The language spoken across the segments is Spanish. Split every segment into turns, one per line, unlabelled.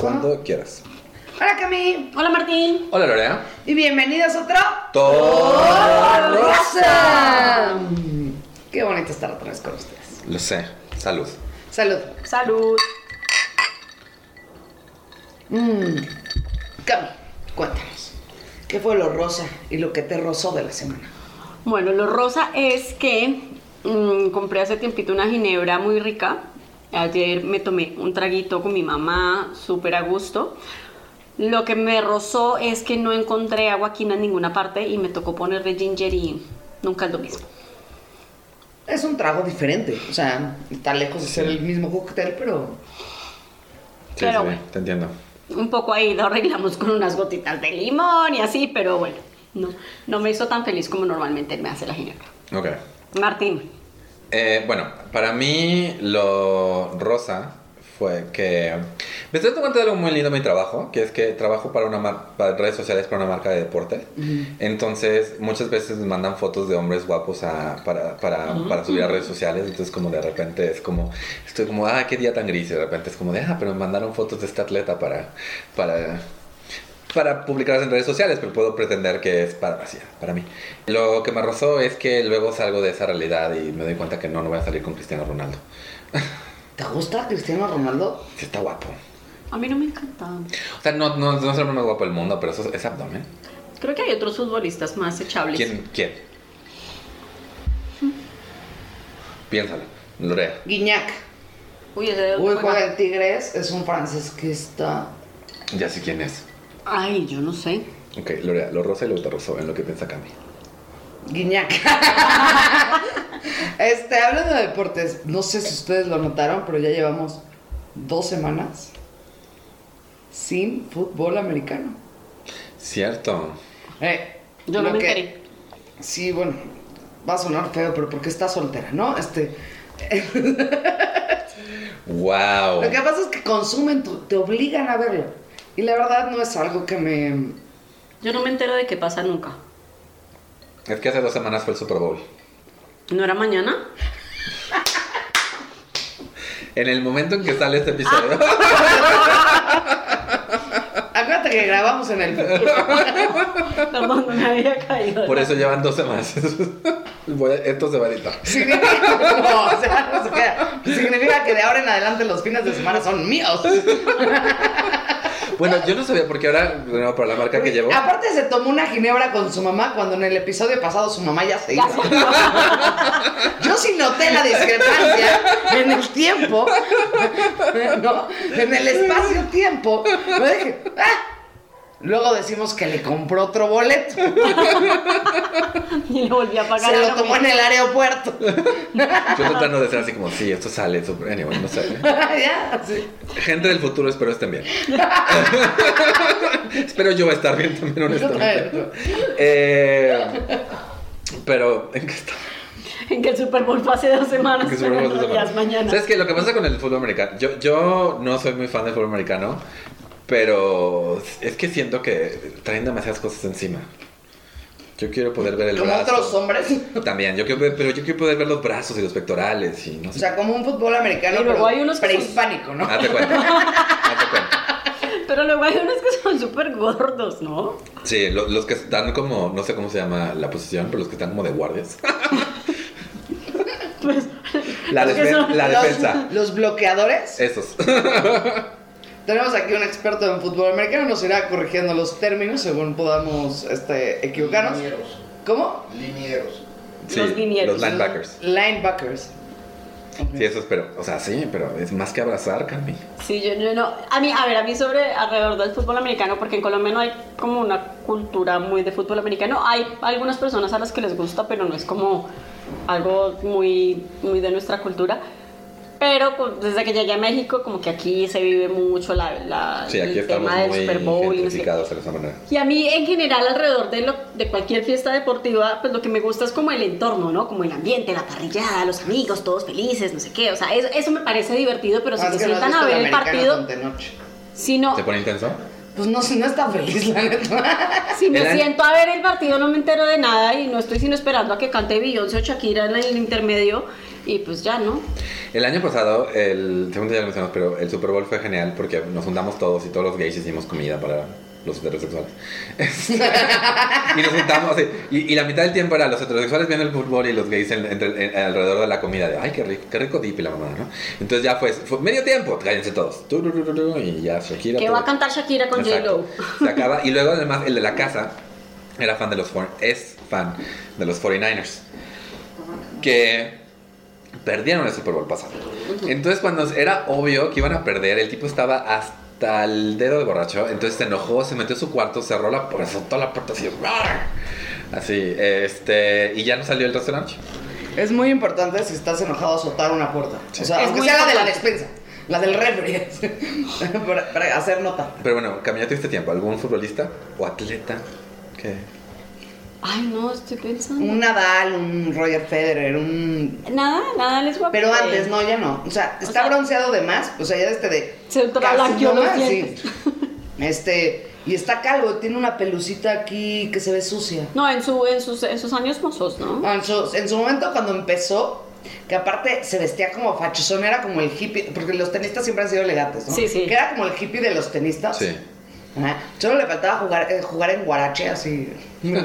cuando quieras.
Hola Cami
Hola Martín.
Hola Lorea.
y bienvenidos a otro
Todo
Rosa. Mm, Qué bonito estar otra vez con ustedes.
Lo sé. Salud.
Salud.
Salud.
Mm, Cami, cuéntanos. ¿Qué fue lo rosa y lo que te rozó de la semana?
Bueno, lo rosa es que mm, compré hace tiempito una ginebra muy rica. Ayer me tomé un traguito con mi mamá, súper a gusto. Lo que me rozó es que no encontré agua quina en ninguna parte y me tocó ponerle ginger y nunca es lo mismo.
Es un trago diferente. O sea, está lejos de ser el mismo cóctel, pero.
Sí,
Pero
sí,
bueno.
te entiendo.
Un poco ahí lo arreglamos con unas gotitas de limón y así, pero bueno, no, no me hizo tan feliz como normalmente me hace la ginebra.
Ok.
Martín,
Eh, bueno, para mí lo rosa fue que me estoy dando cuenta de algo muy lindo en mi trabajo, que es que trabajo para una mar- para redes sociales para una marca de deporte. Entonces, muchas veces me mandan fotos de hombres guapos a- para, para, para subir a redes sociales. Entonces, como de repente es como, estoy como, ah, qué día tan gris. Y de repente es como de, ah, pero me mandaron fotos de este atleta para, para, para publicarlas en redes sociales, pero puedo pretender que es para, así, para mí. Lo que me rozó es que luego salgo de esa realidad y me doy cuenta que no, no voy a salir con Cristiano Ronaldo.
¿Te gusta Cristiano Ronaldo?
Sí está guapo.
a mí no me encanta.
O sea, no, no, no es el más guapo del mundo, pero eso es abdomen.
Creo que hay otros futbolistas más echables.
¿Quién? ¿Quién? Piénsalo. Lorea.
Guiñac.
Uy, ese de
Uy, juega en Tigres. Es un francés que está.
Ya sé quién es.
Ay, yo no sé.
Ok, Lorea, lo rosa y lo ultrarroso, en lo que piensa Cami.
Guiñac. este, hablando de deportes, no sé si ustedes lo notaron, pero ya llevamos dos semanas sin fútbol americano.
Cierto.
Eh,
Yo no
lo
me
que-
enteré.
Sí, bueno, va a sonar feo, pero porque está soltera, ¿no? Este,
¡Wow!
Lo que pasa es que consumen, tu- te obligan a verlo. Y la verdad no es algo que me...
Yo no me entero de qué pasa nunca.
Es que hace dos semanas fue el Super Bowl.
¿No era mañana?
En el momento en que sale este episodio.
Acuérdate que grabamos en el futuro.
Perdón, no me había caído.
Por eso llevan dos semanas. Voy a- Esto se va a editar.
Significa, no, o sea, no se queda. significa que de ahora en adelante los fines de semana son míos.
Bueno, yo no sabía porque ahora, bueno, para la marca que llevo.
Aparte se tomó una ginebra con su mamá cuando en el episodio pasado su mamá ya se iba.
Ya sé.
Yo sí noté la discrepancia en el tiempo, ¿no? en el espacio-tiempo. Yo dije, "Ah". Luego decimos que le compró otro boleto.
Y le volví a pagar.
Se
a
lo
la
tomó en
mía.
el aeropuerto.
Yo tratando de ser así como, sí, esto sale. Esto, anyway, no sale.
ya, sí.
Gente del futuro, espero estén bien. espero yo estar bien también, honestamente. Eh, pero, ¿en qué está?
En que el Super Bowl fue hace dos semanas.
Que
pero
seguro
no,
vas a
ya
tomar.
es mañana.
¿Sabes qué? Lo que pasa con el fútbol americano. Yo, yo no soy muy fan del fútbol americano, pero es que siento que traen demasiadas cosas encima. Yo quiero poder ver el
Como
brazo.
otros hombres.
También, yo quiero ver- pero yo quiero poder ver los brazos y los pectorales y no
O
sé.
sea, como un fútbol americano,
Y luego
pero
hay unos que son-
prehispánico, ¿no?
Hazte cuenta. Hazte cuenta.
Pero luego hay unos que son súper gordos, ¿no?
Sí, lo- los que están como, no sé cómo se llama la posición, pero los que están como de guardias.
Pues,
La,
los que
defen-
son-
la
Los-
defensa.
Los, bloqueadores.
Esos.
Tenemos aquí un experto en fútbol americano, nos irá corrigiendo los términos según podamos este, equivocarnos.
Linieros.
¿Cómo?
Linieros.
Sí,
Los linieros.
Los linebackers.
Linebackers.
Sí, esos, pero, o sea, sí, pero es más que abrazar, Cami.
Sí, yo, yo no. A mí, a ver, a mí sobre alrededor del fútbol americano, porque en Colombia no hay como una cultura muy de fútbol americano. Hay algunas personas a las que les gusta, pero no es como algo muy, muy de nuestra cultura. Pero pues, desde que llegué a México, como que aquí se vive mucho la, la-
Sí, aquí
el
estamos
tema del
muy
Super Bowl. y no sé qué.
identificados de esa manera.
Y a mí en general alrededor de, lo- de cualquier fiesta deportiva, pues lo que me gusta es como el entorno, ¿no? Como el ambiente, la parrillada, los amigos, todos felices, no sé qué. O sea, eso, eso me parece divertido, pero si
Más
se
que no has
sientan
visto
a ver el
americano
partido,
con Tenoch.
si no...
¿Se pone intenso?
pues no, no está feliz, la neta.
Si me
El año-
siento a ver el partido, no me entero de nada y no estoy sino esperando a que cante Beyoncé o Shakira en el intermedio y pues ya, ¿no?
El año pasado, el segundo ya lo mencionamos, pero el Super Bowl fue genial porque nos juntamos todos y todos los gays hicimos comida para los heterosexuales. y nos juntamos, así, y, y la mitad del tiempo era los heterosexuales viendo el fútbol y los gays en- entre- en- alrededor de la comida. De, Ay, qué rico, qué rico dip y la mamá, ¿no? Entonces ya fue, fue medio tiempo, cállense todos. Tururururu, Y ya Shakira.
Que
todo.
va a cantar Shakira con
Exacto.
J-Lo.
Se acaba. Y luego, además, el de la casa era fan de los for- es fan de los 49ers. Que perdieron el Super Bowl pasado. Entonces, cuando era obvio que iban a perder, el tipo estaba hasta el dedo de borracho. Entonces se enojó, se metió a su cuarto, cerró la puerta, soltó la puerta así. ¡rar! Así, este, y ya no salió el resto de la noche.
Es muy importante si estás enojado azotar una puerta. O sea,
Es
aunque
muy
sea la de la
importante.
despensa, la del refri, para, para hacer nota.
Pero bueno, caminate este tiempo. ¿Algún futbolista o atleta que
Ay, no, estoy pensando.
Un Nadal, un Roger Federer, un...
Nada, nada, les voy a
Pero
poner.
antes, no, ya no. O sea, está
sea-
bronceado de más. O sea, ya este de...
Se ultrablanqueó los dientes.
Este, y está calvo, tiene una pelucita aquí que se ve sucia.
No, en, su, en, sus, en sus años mozos, ¿no?
No, en, su, en su momento cuando empezó, que aparte se vestía como fachosón, era como el hippie, porque los tenistas siempre han sido elegantes, ¿no?
Sí, sí.
Que era como el hippie de los tenistas.
Sí.
Ajá. Solo le faltaba jugar, eh, jugar en guarache, así. ¿no?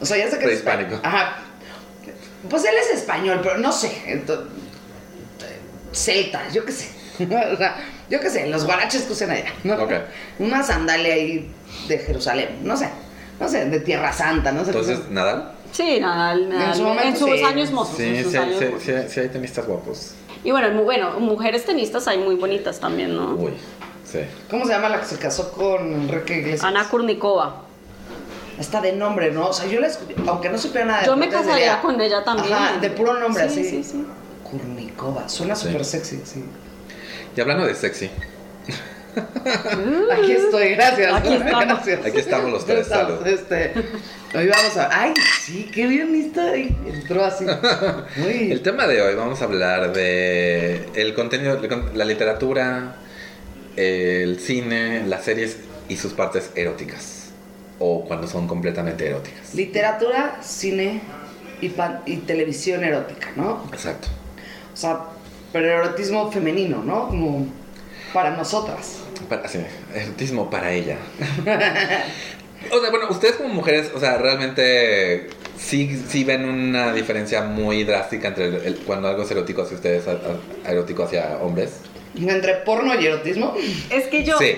o sea, ya sé que... es espa-
Prehispánico.
Ajá. Pues él es español, pero no sé. ento- celta, yo qué sé. O sea, yo qué sé, los guaraches que usan allá. ¿no?
Ok.
Una sandalia ahí de Jerusalén, no sé. No sé, de Tierra Santa, no sé. qué
Entonces,
sea.
Nadal.
Sí, Nadal, Nadal.
su momento,
sus
sí.
años mozos. en
Sí,
sus
sí, hay-
años
sí,
mozos.
sí hay- sí hay tenistas guapos.
Y bueno, mu- bueno, mujeres tenistas hay muy bonitas también, ¿no?
Uy, sí.
¿Cómo se llama la que se casó con Enrique Iglesias?
Ana Kurnikova.
Está de nombre, ¿no? O sea, yo la escuché, aunque no supiera nada Ah, de
Yo me
deportes,
casaría
diría,
con ella también.
Ajá, de puro nombre,
Sí,
así.
sí, sí.
Kurnikova, suena
Sí.
súper sexy, sí.
Y hablando de sexy,
Aquí estoy, gracias.
Aquí estamos.
Gracias.
Aquí estamos los tres,
Estamos,
salud.
Este, hoy vamos a. ¡Ay, sí! ¡Qué bien está! Entró así. Muy.
el tema de hoy vamos a hablar de el contenido, el con- la literatura, el cine, las series y sus partes eróticas. O cuando son completamente eróticas.
Literatura, cine y, pa- y televisión erótica, ¿no?
Exacto.
O sea, pero erotismo femenino, ¿no? Como para nosotras.
Para, sí, erotismo para ella. o sea, bueno, ustedes como mujeres, o sea, realmente sí, sí ven una diferencia muy drástica entre el- el- cuando algo es erótico hacia ustedes, a- a- erótico hacia hombres.
Entre porno y erotismo.
Es que yo,
Sí.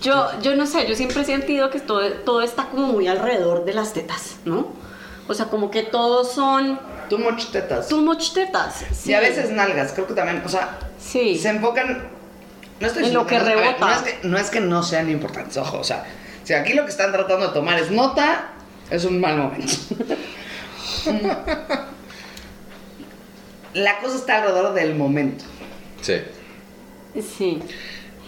yo, yo no sé, yo siempre he sentido que todo, todo está como muy alrededor de las tetas, ¿no? O sea, como que todos son
Tú much tetas.
too much tetas. Sí.
Y a veces nalgas, creo que también. O sea,
Sí.
se enfocan no estoy
En
diciendo
lo que
no- a ver,
rebota.
no, es que, no es que no sean importantes, ojo, o sea, si aquí lo que están tratando de tomar es nota, es un mal momento. La cosa está alrededor del momento.
Sí.
Sí.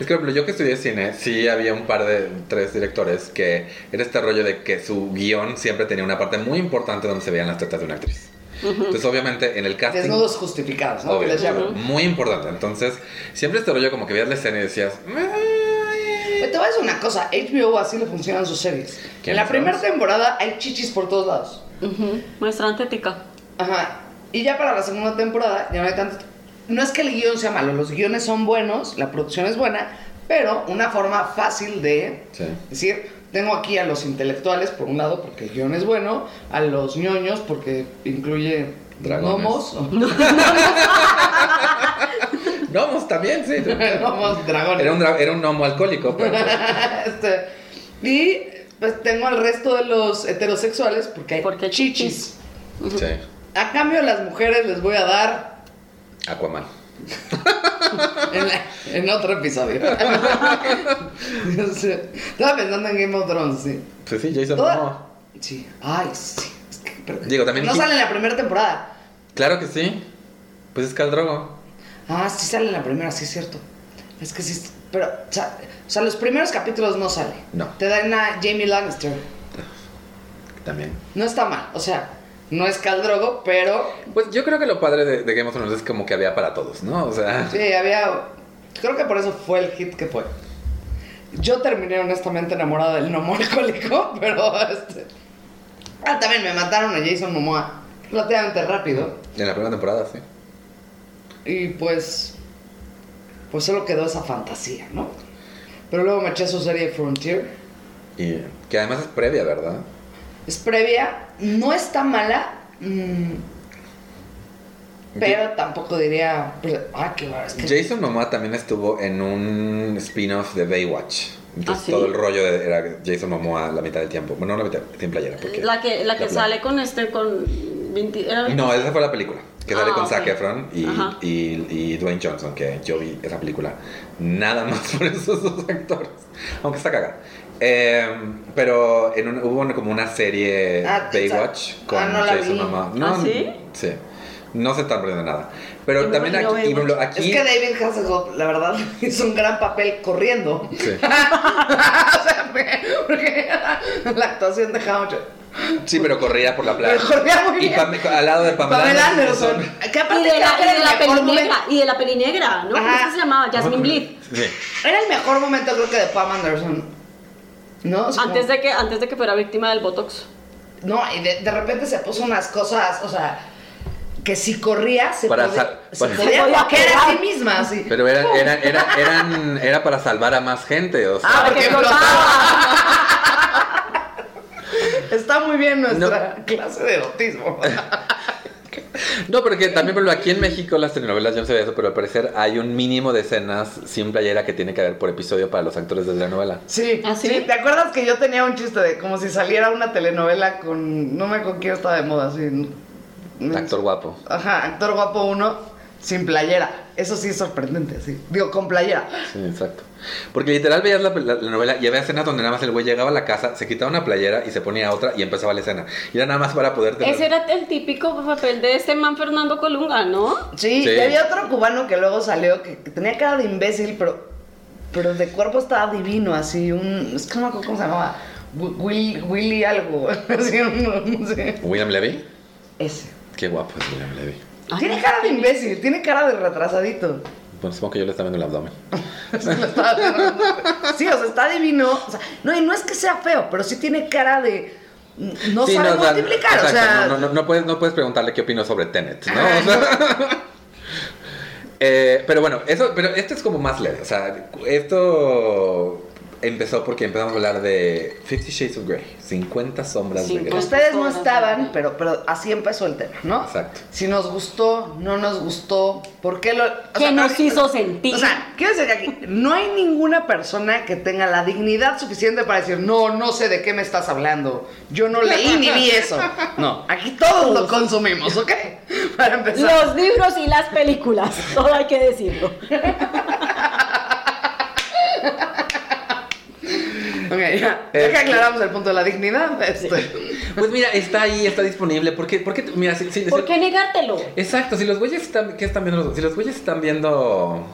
Es que, por ejemplo, yo que estudié cine, sí había un par de, tres directores que era este rollo de que su guión siempre tenía una parte muy importante donde se veían las tetas de una actriz. Entonces, obviamente, en el casting...
Desnudos justificados, ¿no? Que
Ah, Obvio,
les llaman.
obvio, muy importante. Entonces, siempre este rollo como que veías la escena y decías... "Ay".
Pero Te voy a decir una cosa, HBO así le funcionan sus series.
¿Quién
En la
es
primera
Rose?
temporada hay chichis por todos lados.
Ujú. Muestra antética.
Ajá. Y ya para la segunda temporada, ya no hay tanto. No es que el guión sea malo, los guiones son buenos, la producción es buena, pero una forma fácil de
Sí.
decir, tengo aquí a los intelectuales, por un lado, porque el guión es bueno, a los ñoños, porque incluye
Dragones.
gnomos, o-
Gnomos pues, también, sí.
gnomos, dragones.
Era un, dra- era un gnomo alcohólico, pero...
Este, y pues tengo al resto de los heterosexuales, porque hay
Porque
chichis.
Sí.
A cambio, las mujeres les voy a dar
Aquaman.
en, la- en otro episodio. Yo sé. Estaba pensando en Game of Thrones, sí.
Pues sí, Jason
Toda-
Momoa.
Sí. Ay, sí. Es que, pero-
Digo, también
No
Jim-
sale en la primera temporada.
Claro que sí. Pues es Khal Drogo.
Ah, sí sale en la primera, sí es cierto. Es que sí. Pero, o sea, o sea, los primeros capítulos no sale.
No.
Te dan a Jamie Lannister.
También.
No está mal. O sea, no es Caldrogo, pero
Pues yo creo que lo padre de, de Game of Thrones es como que había para todos, ¿no? O sea...
Sí, había. Creo que por eso fue el hit que fue. Yo terminé honestamente enamorada del gnomo alcohólico, pero este. Ah, también me mataron a Jason Momoa relativamente rápido.
En la primera temporada, sí.
Y pues. Pues solo quedó esa fantasía, ¿no? Pero luego me eché su serie Frontier.
Y que además es previa, ¿verdad?
Es previa, no está mala. mm, pero tampoco diría. Ah, qué barbaridad, es que-
Jason Momoa también estuvo en un spin-off de Baywatch. Entonces
¿Ah, sí?
todo el rollo de- era Jason Momoa la mitad del tiempo. Bueno, no la mitad, sin playera. Porque
La que, la que
playa-
sale con este, con... 20 era-
No, esa fue la película. Que sale
Ah,
con
ok.
Zac Efron y,
Ajá.
y- y Dwayne Johnson, que yo vi esa película nada más por esos dos actores. Aunque está cagada. Eh, pero en un- hubo una- como una serie
Ah,
Baywatch
esa-
con
ah, no la
Jason
vi.
Momoa.
¿Ah, sí?
Sí. No se están perdiendo nada. Pero
Yo me
también
imagino
aquí, y por ejemplo,
Es
aquí
que David Hasselhoff, la verdad, hizo un gran papel corriendo.
Sí.
O sea, fue- porque la actuación dejaba mucho.
Sí, pero corría por la playa.
Pero corría muy
Y
bien.
Pam- al lado de Pamela,
Pamela Anderson. Que
Y
aparte
de la,
creo que era
y de
el
la
mejor
peli
momento.
negra, y de la peli negra, ¿no?
Ajá.
¿Cómo se llamaba? Jasmine Bleed.
Sí.
Era el mejor momento, creo que, de Pam Anderson. ¿No? O sea, como-
Antes de, que, antes de que fuera víctima del Botox.
No, y de, de repente se puso unas cosas, o sea, que si corría se
Para
podía,
sa-
se
para-
podía
Se podía
bloquear a
pegar.
sí misma. Así.
Pero eran, eran, era- eran, era para salvar a más gente, o sea.
Ah,
Para que
porque
flotaba.
Está muy bien nuestra clase de erotismo.
No, porque también, por ejemplo, aquí en México las telenovelas yo no sé eso, pero al parecer hay un mínimo de escenas sin playera que tiene que haber por episodio para los actores de la novela.
Sí,
¿Ah, sí?
sí. ¿Te acuerdas que yo tenía un chiste de como si saliera una telenovela con. No me con quién estaba de moda, así.
Actor guapo.
Ajá, actor guapo uno, sin playera. Eso sí es sorprendente, sí. Digo, con playera.
Sí, exacto. Porque literal veías la, la- la novela y había escenas donde nada más el güey llegaba a la casa, se quitaba una playera y se ponía otra y empezaba la escena. Y era nada más para poder tener...
Ese era el típico papel de este man Fernando Colunga, ¿no?
Sí,
Sí.
y había otro cubano que luego salió que que tenía cara de imbécil, pero. Pero de cuerpo estaba divino, así. Un. Es que no me acuerdo cómo se llamaba. Wi- Will- Willy algo. Así, un- no sé.
William Levy.
Ese.
Qué guapo es William Levy.
Ay,
Tiene cara de imbécil, tiene cara de retrasadito.
Bueno, supongo que yo le estaba viendo el abdomen.
Se lo estaba cerrando. Sí, o sea, está divino. O sea, no, y no es que sea feo, pero sí tiene cara de. No
Sí,
sabe
o sea,
multiplicar, o
exacto,
sea.
no, no, no puedes, no puedes preguntarle qué opino sobre Tenet, ¿no?
Ah,
O sea, eh, pero bueno, eso, pero esto es como más leve. O sea, esto empezó porque empezamos a hablar de Fifty Shades of Grey, 50 sombras de Grey.
Cincuenta.
Pues Ustedes no estaban, pero, pero así empezó el tema, ¿no?
Exacto.
Si nos gustó, no nos gustó, ¿por qué lo.? o
¿Qué nos
pero-
hizo sentir?
O sea, quiero decir que aquí no hay ninguna persona que tenga la dignidad suficiente para decir, no, no sé de qué me estás hablando. Yo no leí ni vi eso. No, aquí todos lo consumimos, ¿ok? Para empezar.
Los libros y las películas, todo hay que decirlo.
Ok, ya, ya
Eh,
que aclaramos el punto de la dignidad, este,
Pues mira, está ahí, está disponible. ¿Por qué? por qué- mira, si, si-
¿Por
si-
qué negártelo?
Exacto, si los güeyes están, ¿qué están viendo? los- si los güeyes están viendo...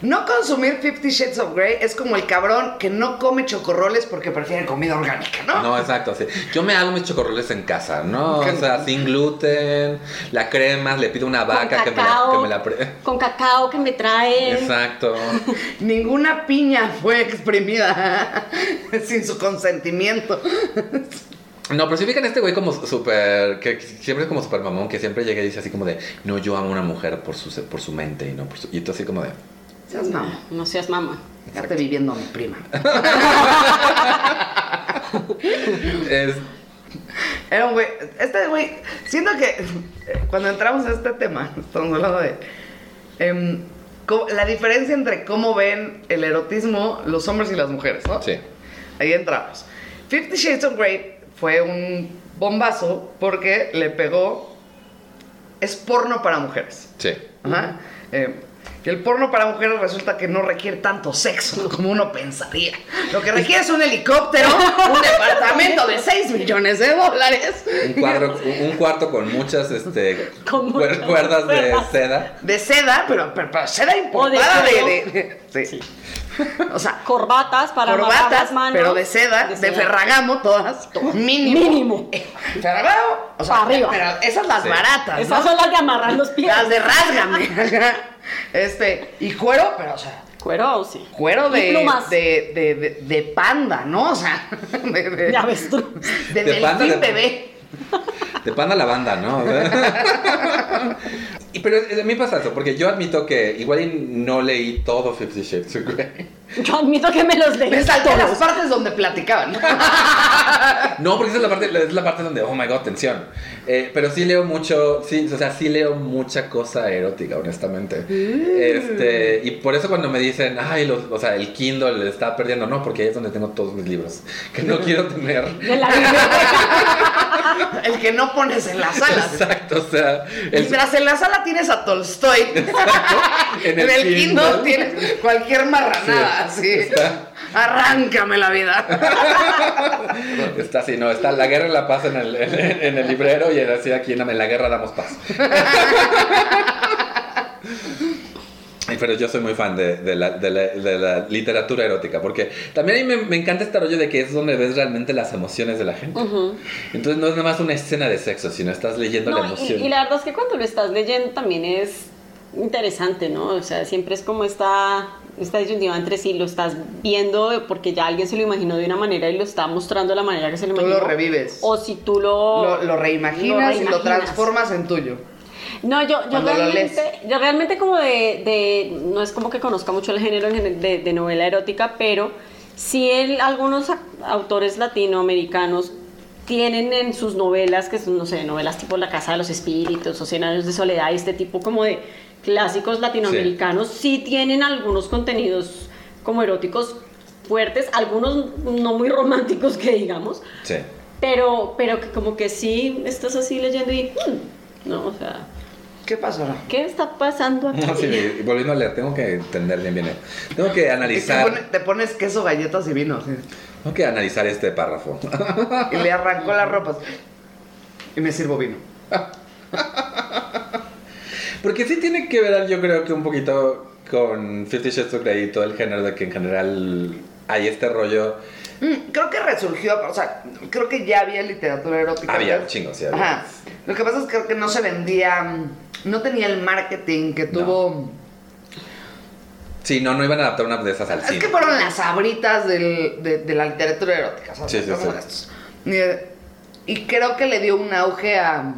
no consumir 50 Shades of Grey es como el cabrón que no come chocorroles porque prefiere comida orgánica, ¿no?
No, exacto, sí. Yo me hago mis chocorroles en casa, ¿no?
Ok.
O sea, sin gluten, la crema, le pido una vaca que
con
me la,
cacao,
que me la pre-
con cacao que me trae.
Exacto.
Ninguna piña fue exprimida sin su consentimiento.
No, pero si fijan este güey como súper, que siempre es como súper mamón, que siempre llega y dice así como de, no, yo amo a una mujer por su, por su mente y no por su... Y entonces así como de...
Seas mamá,
No seas mamá.
quédate viviendo a mi prima.
Es,
Era un güey, este güey, siento que eh, cuando entramos a este tema, estamos hablando de em, co- la diferencia entre cómo ven el erotismo los hombres y las mujeres, ¿no?
sí.
Ahí entramos. Fifty Shades of Grey fue un bombazo porque le pegó. Es porno para mujeres.
Sí.
Ajá. Eh, y el porno para mujeres resulta que no requiere tanto sexo como uno pensaría. Lo que requiere es un helicóptero, un departamento de 6 millones de dólares,
Un, cuadro, un un cuarto con muchas este,
Con
cuer-
muchas
cuerdas de
cuerdas.
seda.
de seda, pero, pero- pero seda importada de.
cuero.
de- de- sí. O sea,
Corbatas para amarrar
corbatas,
las manos.
pero de seda, de, Ferragamo, todas, mínimo. Eh,
Mínimo.
Ferragamo, o sea,
Pa' arriba.
pero esas las
Sí.
baratas,
Esas
¿no?
son las de amarrar los pies.
Las de rásgame. Este, y cuero, pero o sea,
Cuero, sí.
Cuero
Y
de,
plumas.
de, de, de, de panda, ¿no? O sea, de, de,
Ya ves tú.
de
De panda,
delfín
de-
bebé.
De pan a la banda, ¿no? O sea. y, pero es- a mí pasa eso, porque yo admito que igual y no leí todo Fifty Shades, güey.
Yo admito que me los leí
Me salté las
todos.
partes donde platicaban.
No, porque esa es la parte, es la parte donde, oh my god, tensión. Eh, pero sí leo mucho, sí, o sea, sí leo mucha cosa erótica, honestamente.
Mm.
Este, y por eso cuando me dicen, ay, los- o sea, el Kindle está perdiendo, no, porque ahí es donde tengo todos mis libros, que no quiero tener.
De la biblioteca.
El que no pones en la sala.
Exacto, o sea, el-
Mientras en la sala tienes a Tolstoy, en el, Kindle tienes cualquier marranada, así.
Está.
Arráncame la vida.
Está así, no, está la guerra y la paz en el, en, en el librero y así aquí en la, en la guerra damos paz. Ay, Pero yo soy muy fan de, de la, de la- de la literatura erótica, porque también a mí me, me encanta este rollo de que es donde ves realmente las emociones de la gente.
Ujú.
Entonces no es nada más una escena de sexo, sino estás leyendo la
No, y,
emoción.
y la verdad es que cuando lo estás leyendo también es interesante, ¿no? O sea, siempre es como esta, esta disyuntiva entre si lo estás viendo porque ya alguien se lo imaginó de una manera y lo está mostrando de la manera que se lo
Tú
imaginó.
lo revives.
O si tú lo...
Lo, lo reimaginas y lo
reimaginas.
transformas en tuyo.
No, yo, yo
Cuando lo
realmente, yo realmente como de, de- no es como que conozca mucho el género en gen- de, de novela erótica, pero sí el- algunos ac- autores latinoamericanos tienen en sus novelas, que son, no sé, novelas tipo La Casa de los Espíritus o Cien Años de Soledad, y este tipo como de clásicos latinoamericanos, sí, tienen algunos contenidos como eróticos fuertes, algunos no muy románticos que digamos,
Sí.
pero, pero que como que sí estás así leyendo y... mm, no, o sea...
¿Qué pasará?
¿Qué está pasando aquí?
No, sí, y volviendo a leer, tengo que entender bien, bien. Tengo que
Es que pone-
analizar,
te pones queso, galletas y vino. así.
tengo que analizar este párrafo.
Y le arrancó las ropas. Y me sirvo vino.
Porque sí tiene que ver, yo creo que un poquito con Fifty Shades of Grey y todo el género de que en general hay este rollo.
Mm, creo que resurgió, o sea, creo que ya había literatura erótica.
Había un
¿no?
chingo, sí, había.
Ajá. Lo que pasa es que creo que no se vendía, mm, no tenía el marketing que
No.
tuvo.
Sí, no, no iban a adaptar una de esas al
Es
cine.
que fueron las abritas del- de, de la literatura erótica, ¿sabes?
Sí, sí,
Como
sí.
estos. Y, eh, Y creo que le dio un auge a,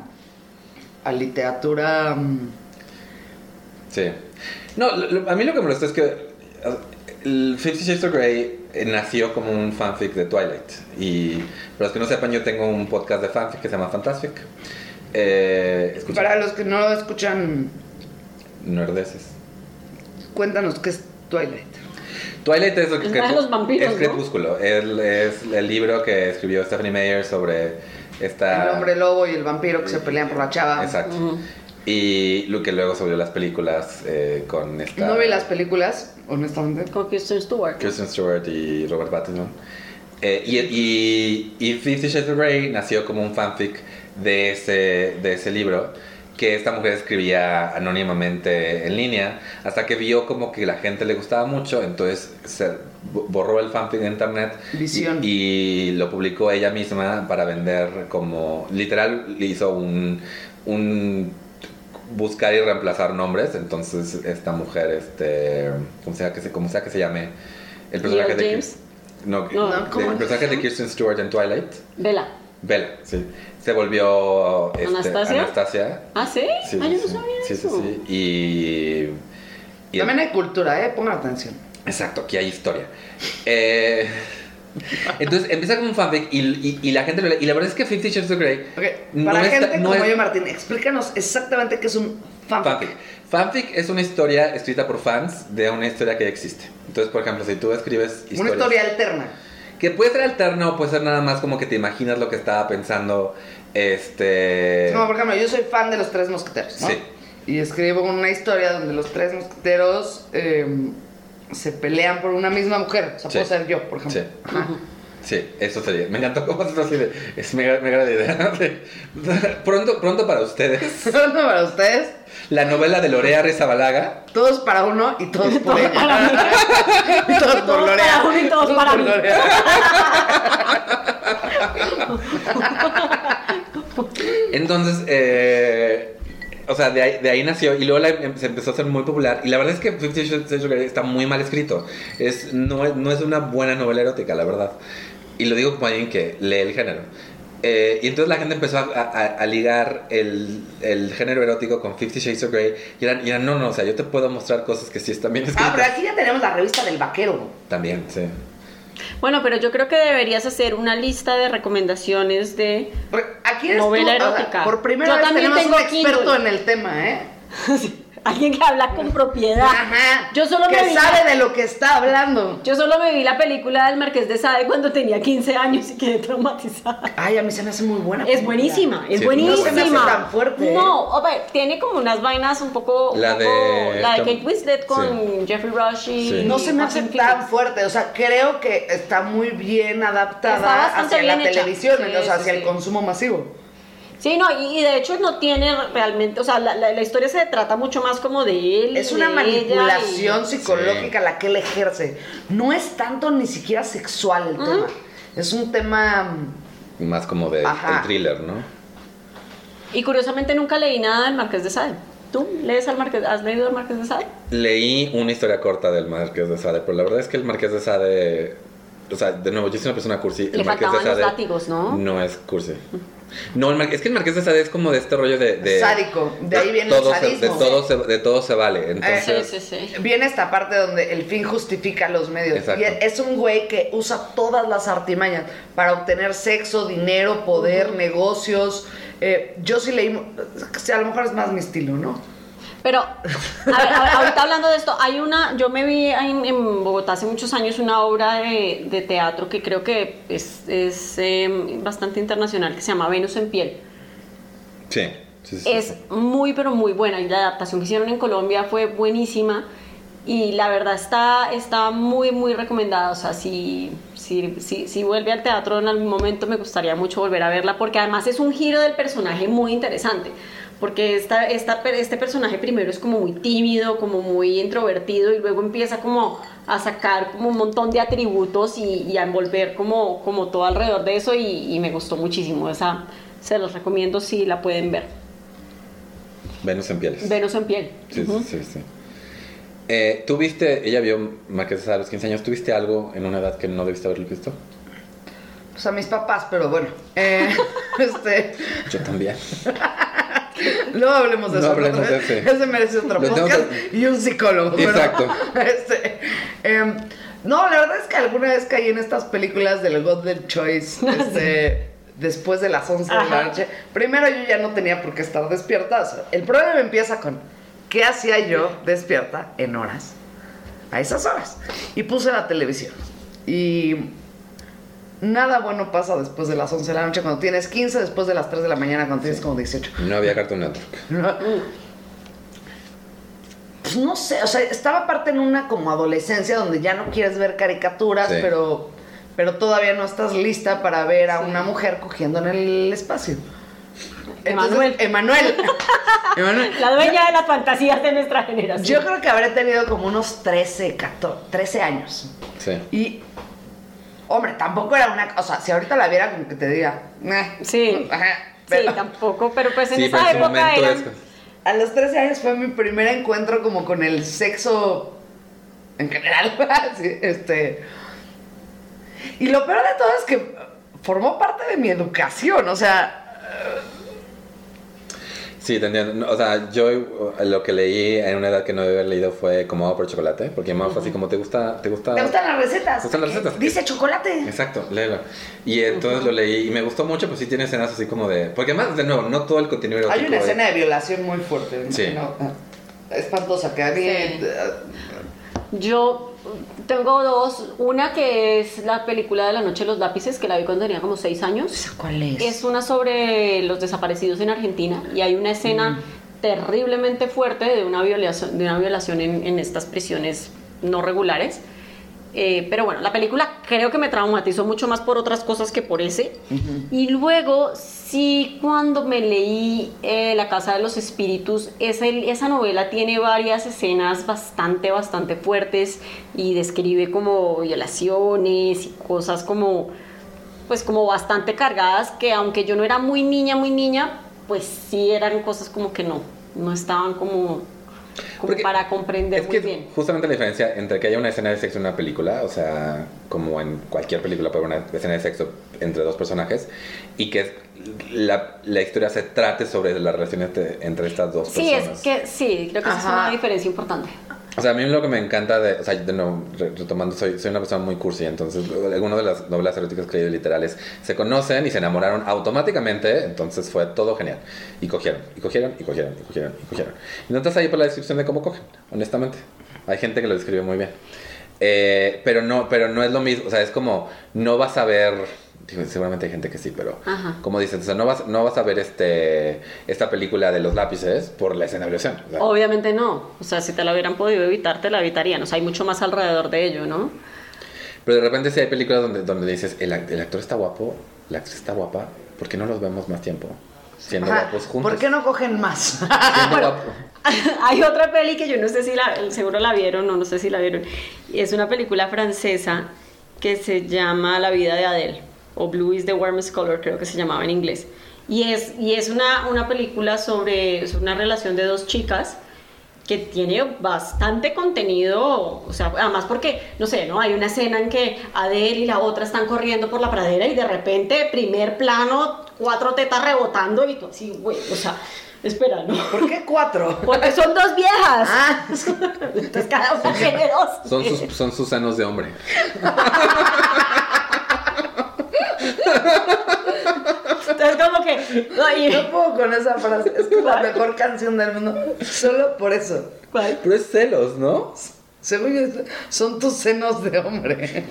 a literatura... mm,
Sí. No, lo- lo- a mí lo que me molestó es que eh, el Fifty Shades of Grey eh, nació como un fanfic de Twilight. Y para los que no sepan, yo tengo un podcast de fanfic que se llama Fantasfic. Eh, escucha,
Para los que no lo escuchan,
nerdeces.
cuéntanos qué es Twilight.
Twilight es, lo que
Es más de los vampiros,
es
¿no?
Crepúsculo. El- es el libro que escribió Stephanie Meyer sobre esta...
El hombre lobo y el vampiro que se pelean por la chava.
Exacto.
Ujú.
Y lo que luego sobre las películas eh, con esta.
No vi las películas, honestamente.
Con Kristen Stewart.
Kristen Stewart y Robert Pattinson. Eh, y, y, y Fifty Shades of Grey nació como un fanfic de ese, de ese libro que esta mujer escribía anónimamente en línea hasta que vio como que la gente le gustaba mucho, entonces se bo- borró el fanfic de internet
Visión.
Y, y lo publicó ella misma para vender como literal hizo un, un buscar y reemplazar nombres entonces esta mujer este como sea que se como sea que se llame el personaje
Leo
de
James.
Kir- no,
No,
de-
¿cómo
el
es?
personaje de Kirsten Stewart en Twilight
Vela.
Bella sí se volvió este,
¿Anastasia?
Anastasia
¿Ah, sí?
sí
ah, yo no
sí,
sabía
sí, sí,
eso.
sí. y, y
También hay cultura, ¿eh? Pongan atención.
Exacto, aquí hay historia. Eh, entonces empieza como un fanfic y, y- y la gente lo lee. Y la verdad es que Fifty Shades of Grey
Ok,
No
para
está-
gente
no
como
es-
yo, Martín, explícanos exactamente qué es un fanfic.
fanfic. Fanfic es una historia escrita por fans de una historia que ya existe. Entonces, por ejemplo, si tú escribes
Una
historias,
historia alterna.
que puede ser alterna o puede ser nada más como que te imaginas lo que estaba pensando este
Como por ejemplo, yo soy fan de los tres mosqueteros, ¿no?
Sí.
Y escribo una historia donde los tres mosqueteros eh, se pelean por una misma mujer. O sea,
Sí.
puedo ser yo, por ejemplo.
Sí.
Ajá.
Sí, eso sería. Me encantó cómo haces así de. Es mega, mega de idea. pronto, pronto para ustedes.
Solo para ustedes,
La novela de Lorea Rezabalaga.
todos para uno y todos por
Todos para
ella. Y todos por
Todos
Lorea.
para uno y todos para
por
mí.
Lorea.
Entonces, eh, o o sea, de ahí, de ahí nació y luego la em- se empezó a hacer muy popular. Y la verdad es que Fifty Shades of Grey está muy mal escrito. Es, no, es- no es una buena novela erótica, la verdad. Y lo digo como alguien que lee el género. Eh, y entonces la gente empezó a, a- a ligar el, el género erótico con Fifty Shades of Grey. Y eran, y eran, no, no, o sea, yo te puedo mostrar cosas que sí están bien
Ah, pero
escritas.
aquí ya tenemos la revista del vaquero.
También, sí.
Bueno, pero yo creo que deberías hacer una lista de recomendaciones de.
Re- Aquí eres
Novela
tú, o sea,
erótica.
por primera
Yo
vez
también
tenemos
tengo
un experto
Kindle.
en el tema, ¿eh?
Alguien que habla con propiedad.
Ajá.
Yo solo
que
me vi-
sabe de lo que está hablando.
Yo solo me vi la película del Marqués de Sade cuando tenía 15 años y quedé traumatizada.
Ay, a mí se me hace muy buena.
Es
película.
buenísima, es
Sí,
buenísima.
no se me hace
tan fuerte, ¿eh?
No, a ver, tiene como unas vainas un poco. un
La de-
poco- la de
Tom-
Kate Winslet con Jeffrey Rush y.
Sí.
No se me hace
Joaquin
tan
Phoenix.
fuerte, o sea, creo que está muy bien
Está
adaptada
bastante
hacia la
bien hecha.
televisión,
Sí,
o sea,
sí,
hacia
sí.
el consumo masivo.
Sí, no, y, y de hecho no tiene realmente. O sea, la, la- la historia se trata mucho más como de él.
Es una
de ella y-
manipulación psicológica
Sí.
la que él ejerce. No es tanto ni siquiera sexual el tema. Es un tema. mm,
Más como de
Ajá.
el thriller, ¿no?
Y curiosamente nunca leí nada del Marqués de Sade. ¿Tú lees al Marqués? ¿Has leído al Marqués de Sade?
Leí una historia corta del Marqués de Sade, pero la verdad es que el Marqués de Sade. O sea, de nuevo, yo soy una persona cursi.
Le
el Marqués de
faltaban los
Sade
látigos, ¿no?
No es cursi. No, el Mar- es que el Marqués de Sade es como de este rollo de. de
Sádico, de ahí viene el
todo se-
sadismo.
de, todo se, de todo se vale. Entonces,
sí, sí, sí.
Viene esta parte donde el fin justifica los medios.
Exacto.
Y es un güey que usa todas las artimañas para obtener sexo, dinero, poder, negocios. Eh, yo sí leí. A lo mejor es más mi estilo, ¿no?
Pero, a ver, a ver, ahorita hablando de esto, hay una, yo me vi en, en Bogotá hace muchos años una obra de, de teatro que creo que es, es, eh, bastante internacional, que se llama Venus en piel.
sí, sí, sí,
Es
sí.
muy, pero muy buena. Y la adaptación que hicieron en Colombia fue buenísima. Y la verdad está, está muy, muy recomendada. O sea, si, si, si, si vuelve al teatro en algún momento, me gustaría mucho volver a verla. Porque además es un giro del personaje muy interesante. Porque esta, esta, per- este personaje primero es como muy tímido, como muy introvertido. Y luego empieza como a sacar como un montón de atributos y, y a envolver como, como todo alrededor de eso. Y, y me gustó muchísimo. Esa se los recomiendo si la pueden ver.
Venus en pieles.
Venus en piel.
Sí,
Ujú.
sí, sí. sí. Eh, ¿Tú viste, ella vio Marqués de Sade a los 15 años, ¿tuviste algo en una edad que no debiste haberlo visto?
Pues a mis papás, pero bueno. Eh, este,
Yo también.
luego hablemos de
No
eso.
hablemos
otra
de
vez.
ese.
Ese merece otro
Lo tengo
podcast
que-
y un psicólogo. pero,
Exacto.
este, em, no, la verdad es que alguna vez caí en estas películas del Golden Choice. Este, después de las 11 de la
Ajá.
noche. Primero yo ya no tenía por qué estar despierta. o sea, el problema empieza con ¿qué hacía yo despierta en horas? A esas horas. Y puse la televisión. Y Nada bueno pasa después de las 11 de la noche cuando tienes 15, después de las 3 de la mañana cuando tienes como 18.
No había Cartoon Network.
Pues no sé, o sea, estaba aparte en una como adolescencia donde ya no quieres ver caricaturas,
Sí.
pero, pero todavía no estás lista para ver a
Sí.
una mujer cogiendo en el espacio.
Emanuel.
Entonces, Emanuel. Emanuel.
La dueña de las fantasías de nuestra generación.
Yo creo que habré tenido como unos 13, 14, 13 años.
Sí.
Y, hombre, tampoco era una... O sea, si ahorita la viera como que te diga... "Meh".
Sí.
Ajá,
Sí,
pero-
tampoco, pero pues en
Sí, pero
esa
en su
época
momento
era.
es-
A los 13 años fue mi primer encuentro como con el sexo en general. así, este. Y lo peor de todo es que formó parte de mi educación, o sea,
Sí, te entiendo. No, O sea, yo eh, lo que leí en una edad que no debía haber leído fue como agua por chocolate, porque mi mamá fue así como, ¿te gusta? ¿Te gusta?
¿te gustan las recetas?
¿Te gustan las recetas?
Dice chocolate.
Exacto, léelo. Y entonces lo leí y me gustó mucho, pues sí tiene escenas así como de... Porque además, de nuevo, no todo el contenido erótico
Hay una
es-
escena de violación muy fuerte. ¿no?
Sí.
No, ah, espantosa que a mí...
Sí.
ah,
Yo tengo dos. Una que es la película de la noche de los lápices, que la vi cuando tenía como seis años.
¿Cuál es?
Es una sobre los desaparecidos en Argentina y hay una escena terriblemente fuerte de una violación, de una violación en, en estas prisiones no regulares. Eh, pero bueno, la película creo que me traumatizó mucho más por otras cosas que por ese. Y luego, sí, cuando me leí eh, La Casa de los Espíritus, ese- esa novela tiene varias escenas bastante, bastante fuertes y describe como violaciones y cosas como pues como bastante cargadas que aunque yo no era muy niña, muy niña, pues sí eran cosas como que no, no estaban como, como
Porque
para comprender
es
muy
que
bien.
justamente la diferencia entre que haya una escena de sexo en una película, o sea, como en cualquier película puede haber una escena de sexo entre dos personajes, y que es- la, la historia se trate sobre la relación este- entre estas dos
Sí,
personas.
es que sí, creo que esa es
Ajá.
una diferencia importante.
O sea, a mí lo que me encanta de. O sea, de nuevo, re- retomando, soy, soy una persona muy cursi, entonces, algunas de las novelas eróticas que he leído literales se conocen y se enamoraron automáticamente, entonces fue todo genial. Y cogieron, y cogieron, y cogieron, y cogieron, y cogieron. Y no estás ahí por la descripción de cómo cogen, honestamente. Hay gente que lo describe muy bien. Eh, pero no pero no es lo mismo, o sea, es como, no vas a ver. digo, seguramente hay gente que sí, pero.
Ajá.
Como dices, o sea, no vas, no vas a ver este, esta película de los lápices por la escena de violación. O sea,
Obviamente no. O sea, si te la hubieran podido evitar, te la evitarían. O sea, hay mucho más alrededor de ello, ¿no?
Pero de repente sí hay películas donde, donde dices, el, act- el actor está guapo, la actriz está guapa, ¿por qué no los vemos más tiempo? Siendo
Ajá,
guapos juntos.
¿Por qué no Ah, cogen más?
Siendo guapo.
Hay otra peli que yo no sé si la, seguro la vieron o no sé si la vieron. Y Es una película francesa que se llama La vida de Adele o Blue is the warmest color, creo que se llamaba en inglés. Y es, y es una, una película sobre, sobre una relación de dos chicas que tiene bastante contenido, o sea, además porque, no sé, ¿no? Hay una escena en que Adele y la otra están corriendo por la pradera y de repente, primer plano, cuatro tetas rebotando y tú así, güey, o sea, espera, ¿no?
¿Por qué cuatro?
Porque son dos viejas.
Ah,
Entonces cada una tiene dos.
Son sus, son sus senos de hombre.
Entonces como que. no, y-
no puedo con esa frase. Es que la mejor canción del mundo. Solo por eso.
¿Cuál?
Pero es celos, ¿no?
Según yo, son tus senos de hombre.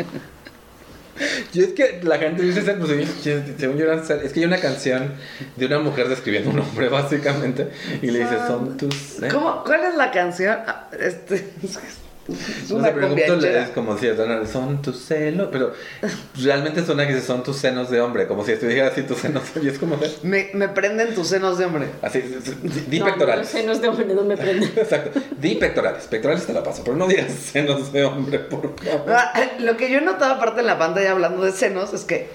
Yo es que la gente dice celos, pues, yo- yo- según yo eran celos. Es que hay una canción de una mujer describiendo a un hombre, básicamente, y le dice, son tus celos.
¿Cómo? ¿Cuál es la canción? Ah, Este, es es
No te
una
pregunto,
cumbianchera.
es como si son, son tus celos, pero realmente suena que dice, son tus senos de hombre, como si estuviera así tus senos, y es como,
Me, me prenden tus senos de hombre.
así, di
No,
pectorales.
los senos de hombre no me prenden.
Exacto. Di pectorales. Pectorales te la paso, pero no digas senos de hombre, por favor.
Ah, eh, Lo que yo he notado aparte en la pantalla hablando de senos es que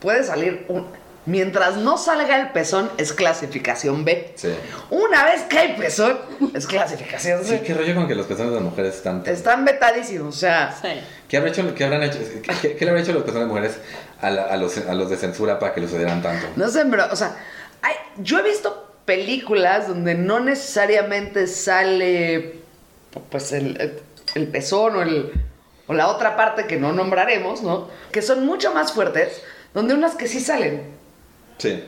puede salir un... Mientras no salga el pezón es clasificación B.
Sí.
Una vez que hay pezón es clasificación
Sí,
C.
qué rollo con que los pezones de las mujeres están. tan-
Están vetadísimos, o sea...
Sí.
¿Qué, habrá hecho, qué habrán hecho? ¿Qué, qué le habrán hecho los pezones de mujeres a, la- a los, a los de censura para que los odieran tanto?
No sé, pero, o sea, hay- yo he visto películas donde no necesariamente sale pues el, el pezón o, el, o la otra parte que no nombraremos, ¿no? Que son mucho más fuertes, donde unas que sí salen.
Sí.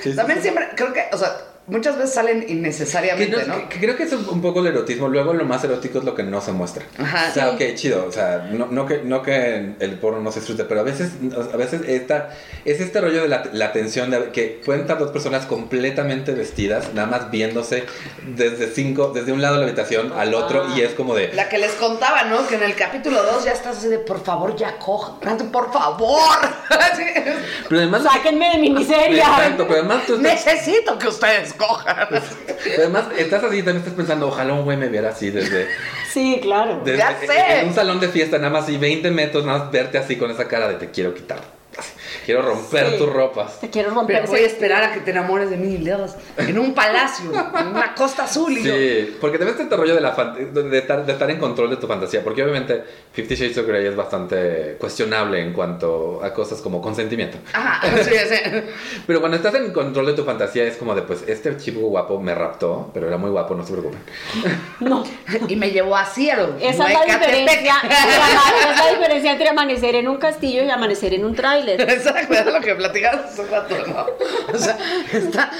Sí, sí,
También
sí.
siempre, creo que, o sea, muchas veces salen
Que no-
innecesariamente, ¿no?
que- que creo que es un un poco el erotismo. Luego lo más erótico es lo que no se muestra.
Ajá.
o sea,
Sí.
ok, chido. O sea, no, no que, no que el porno no se disfrute, pero a veces, a veces esta, es este rollo de la, la tensión de que pueden estar dos personas completamente vestidas, nada más viéndose desde cinco, desde un lado de la habitación al otro, y es como de.
La que les contaba, ¿no? Que en el capítulo 2 ya estás así de, por favor, ya coja. Por favor. Así es.
Pero además.
Sáquenme de mi miseria.
Exacto, pero además tú estás,
Necesito que ustedes cojan.
pues, pero además estás así, también estás pensando, ojalá un güey me viera así desde,
Sí, claro.
desde-
Ya sé.
en un salón de fiesta, nada más y 20 metros, nada más verte así con esa cara de te quiero quitar, así, quiero romper
Sí.
tus ropas.
Te quiero romper.
Pero voy a
ese-
esperar a que te enamores de mí y le hagas en un palacio, en una costa azul. Y yo,
Sí, porque también está este rollo de, la fan- de, estar, de estar en control de tu fantasía, porque obviamente Fifty Shades of Grey es bastante cuestionable en cuanto a cosas como consentimiento.
Ajá, sí, sí.
Pero cuando estás en control de tu fantasía es como de, pues, este chico guapo me raptó, pero era muy guapo, no se preocupen. pues,
No.
Y me llevó a Cielo.
Esa es la diferencia. esa es la diferencia entre amanecer en un castillo y amanecer en un tráiler.
Exacto, es lo que platicabas hace rato, ¿no? O sea, está.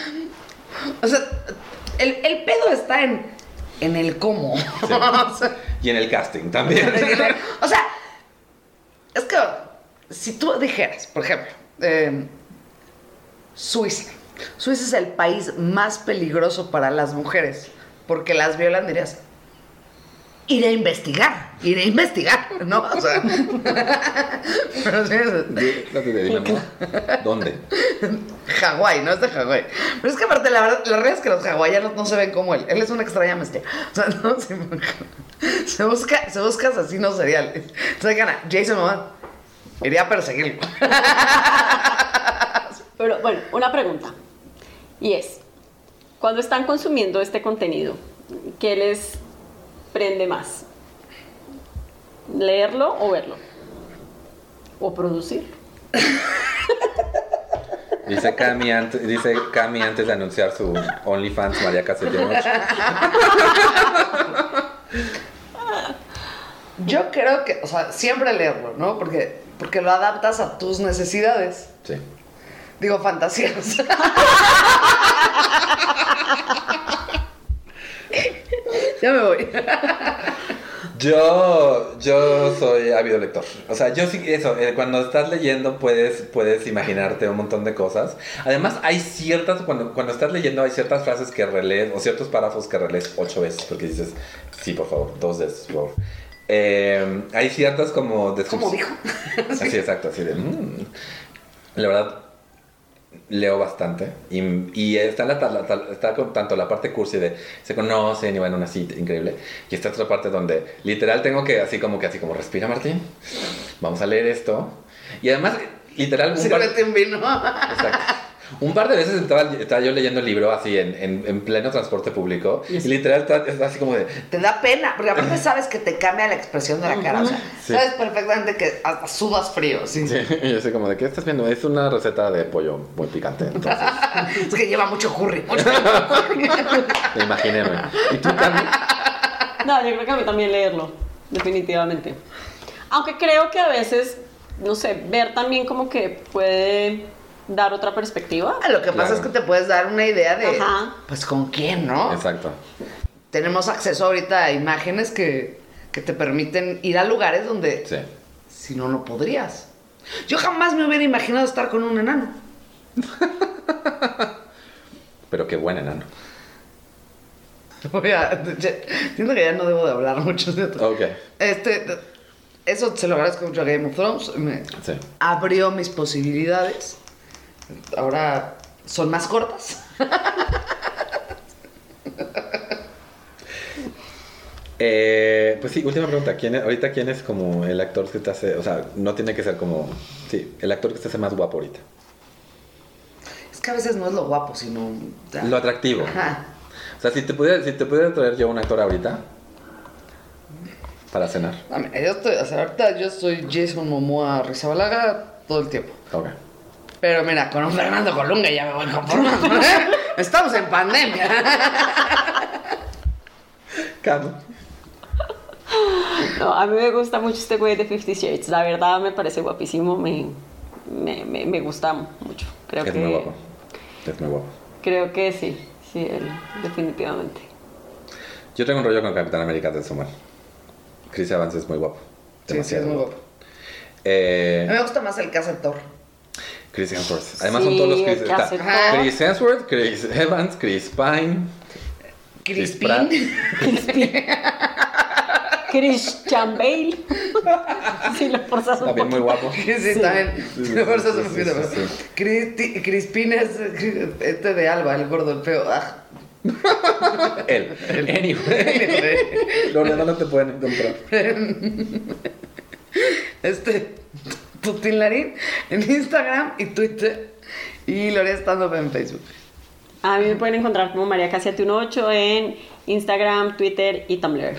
O sea, el, el pedo está en, en el cómo. O sea,
Y en el casting también.
O sea, es que si tú dijeras, por ejemplo, eh, Suiza. Suiza es el país más peligroso para las mujeres porque las violan, dirías. Iré a investigar, iré a investigar, ¿no? O sea, pero sí, es-
No te digo, ¿no? ¿Dónde?
Hawái, no es de Hawái. Pero es que aparte, la verdad, la realidad es que los hawaianos no se ven como él. Él es una extraña mezcla. O sea, no se, se busca, se busca asesinos seriales. Entonces, gana, Jason Momoa iría a perseguirlo.
Pero bueno, una pregunta. Y es, cuando están consumiendo este contenido, ¿qué les prende más? ¿Leerlo o verlo? ¿O producirlo?
Dice Cami, antes, dice Cami antes de anunciar su OnlyFans María Castellanos.
Yo creo que, o sea, siempre leerlo, ¿no? Porque, porque lo adaptas a tus necesidades.
Sí.
Digo, fantasías. ya me voy.
Yo, yo soy ávido lector. O sea, yo sí, eso, eh, cuando estás leyendo puedes, puedes imaginarte un montón de cosas. Además, hay ciertas, cuando, cuando estás leyendo hay ciertas frases que relees o ciertos párrafos que relees ocho veces porque dices, sí, por favor, dos veces, por favor. Eh, hay ciertas
¿Cómo
como descripciones.
dijo?
Así, exacto, así de... "Mm". La verdad, leo bastante. Y, y está, la, ta- la ta- está con tanto la parte cursi de se conocen y van a una cita increíble. Y esta otra parte donde literal tengo que así como que así como respira Martín. Vamos a leer esto. Y además, literal, un par,
Sírvete un vino.
exacto. Un par de veces estaba, estaba yo leyendo el libro así en, en- en pleno transporte público. Y literal está- está así como de...
Te da pena, porque aparte sabes que te cambia la expresión de la cara. O sea,
Sí.
sabes perfectamente que hasta sudas frío. ¿sí?
Sí, y yo sé como de qué estás viendo. Es una receta de pollo muy picante. Entonces,
Es que lleva mucho curry. mucho-
imagíneme. ¿Y tú también?
No, yo creo que a mí también leerlo, definitivamente. Aunque creo que a veces, no sé, ver también como que puede dar otra perspectiva.
Lo que pasa
Claro.
es que te puedes dar una idea de,
Ajá.
pues, con quién, ¿no?
Exacto.
Tenemos acceso ahorita a imágenes que, que te permiten ir a lugares donde
Sí.
si no, no podrías. Yo jamás me hubiera imaginado estar con un enano.
Pero qué buen enano.
Voy a- ya- siento que ya no debo de hablar mucho de esto.
Ok.
Este, eso se lo agradezco mucho a Game of Thrones. Me
Sí.
abrió mis posibilidades. Ahora son más cortas.
Eh, pues sí, última pregunta. ¿Quién es- ahorita, ¿quién es como el actor que te hace.? O sea, no tiene que ser como. Sí, el actor que te hace más guapo ahorita.
Es que a veces no es lo guapo, sino... ya.
Lo atractivo.
Ah. Ajá.
O sea, si te pudiera, si te pudiera traer yo un actor ahorita. Para cenar.
No, mira, yo estoy, o sea, ahorita yo soy Jason Momoa Rizabalaga todo el tiempo.
Ok.
Pero mira, con un Fernando Colunga ya me voy conformando. ¿eh? Estamos en pandemia.
Cam.
No, a mí me gusta mucho este güey de Fifty Shades. La verdad me parece guapísimo, me, me, me- me gusta mucho. Creo
Es
que,
muy guapo. Es muy guapo.
Creo que sí, sí, él, definitivamente.
Yo tengo un rollo con Capitán América de Sumar. Chris Evans es muy guapo.
Sí, sí, es
Demasiado
muy guapo. A mí
Eh,
me gusta más el caso de Thor.
Chris Hemsworth. Además son
Sí,
todos los Chris.
el que
está
hace
todo.
Chris Hemsworth, Chris Evans, Chris Pine, Chris Pratt.
Crispin.
Christian Bale. si lo forzas un
También muy
poco.
guapo.
Sí, sí, también.
Sí, sí,
Me forzas
sí,
un
sí,
poquito,
sí,
pero-
sí.
Cristi- Crispin es eh, este de Alba, el gordo, el feo. Ah.
Él. Anyway. Lorena no te pueden encontrar.
Este, Tutin Larín en Instagram y Twitter. Y Lorea Stand-Up en Facebook.
A mí me pueden encontrar como María Casia 18 en Instagram, Twitter y Tumblr.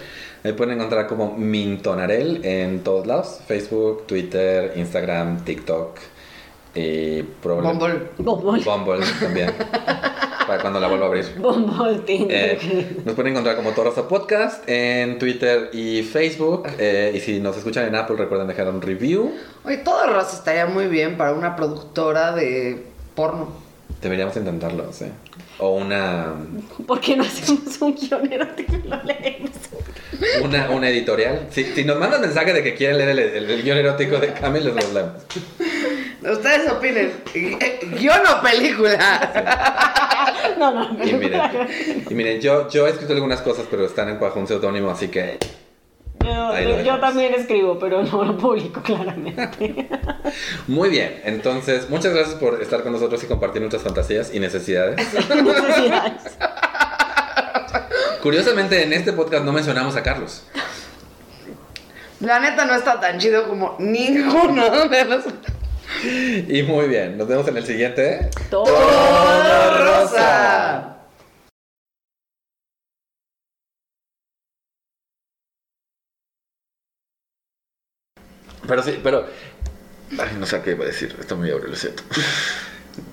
Me pueden encontrar como Mintonarel en todos lados: Facebook, Twitter, Instagram, TikTok. Y probablemente.
Bumble.
Bumble,
Bumble también. Para cuando la vuelva a abrir.
Bumble Tinder.
Eh, nos pueden encontrar como Torosa Podcast en Twitter y Facebook. Eh, y si nos escuchan en Apple, recuerden dejar un review.
Oye, todo Rosa estaría muy bien para una productora de porno.
Deberíamos intentarlo, sí. O una,
¿Por qué no hacemos un guión erótico y lo leemos?
una, una editorial. Si, si nos mandan mensaje de que quieren leer el, el- el guión erótico de Camille, les lo leemos.
Ustedes opinen. eh, Guión o película.
No, no, no.
Y miren, y miren yo, yo he escrito algunas cosas, pero están en bajo un seudónimo, así que
Yo,
Ahí lo
yo
dejamos.
también escribo, pero no lo publico claramente.
muy bien. Entonces, muchas gracias por estar con nosotros y compartir nuestras fantasías y necesidades.
Necesidades.
Curiosamente, en este podcast no mencionamos a Carlos.
La neta no está tan chido como ninguno de los.
Y muy bien, nos vemos en el siguiente.
Todo.
Todo
rosa.
rosa.
Pero sí, pero. Ay, no sé qué iba a decir. Está muy aburrido, lo siento.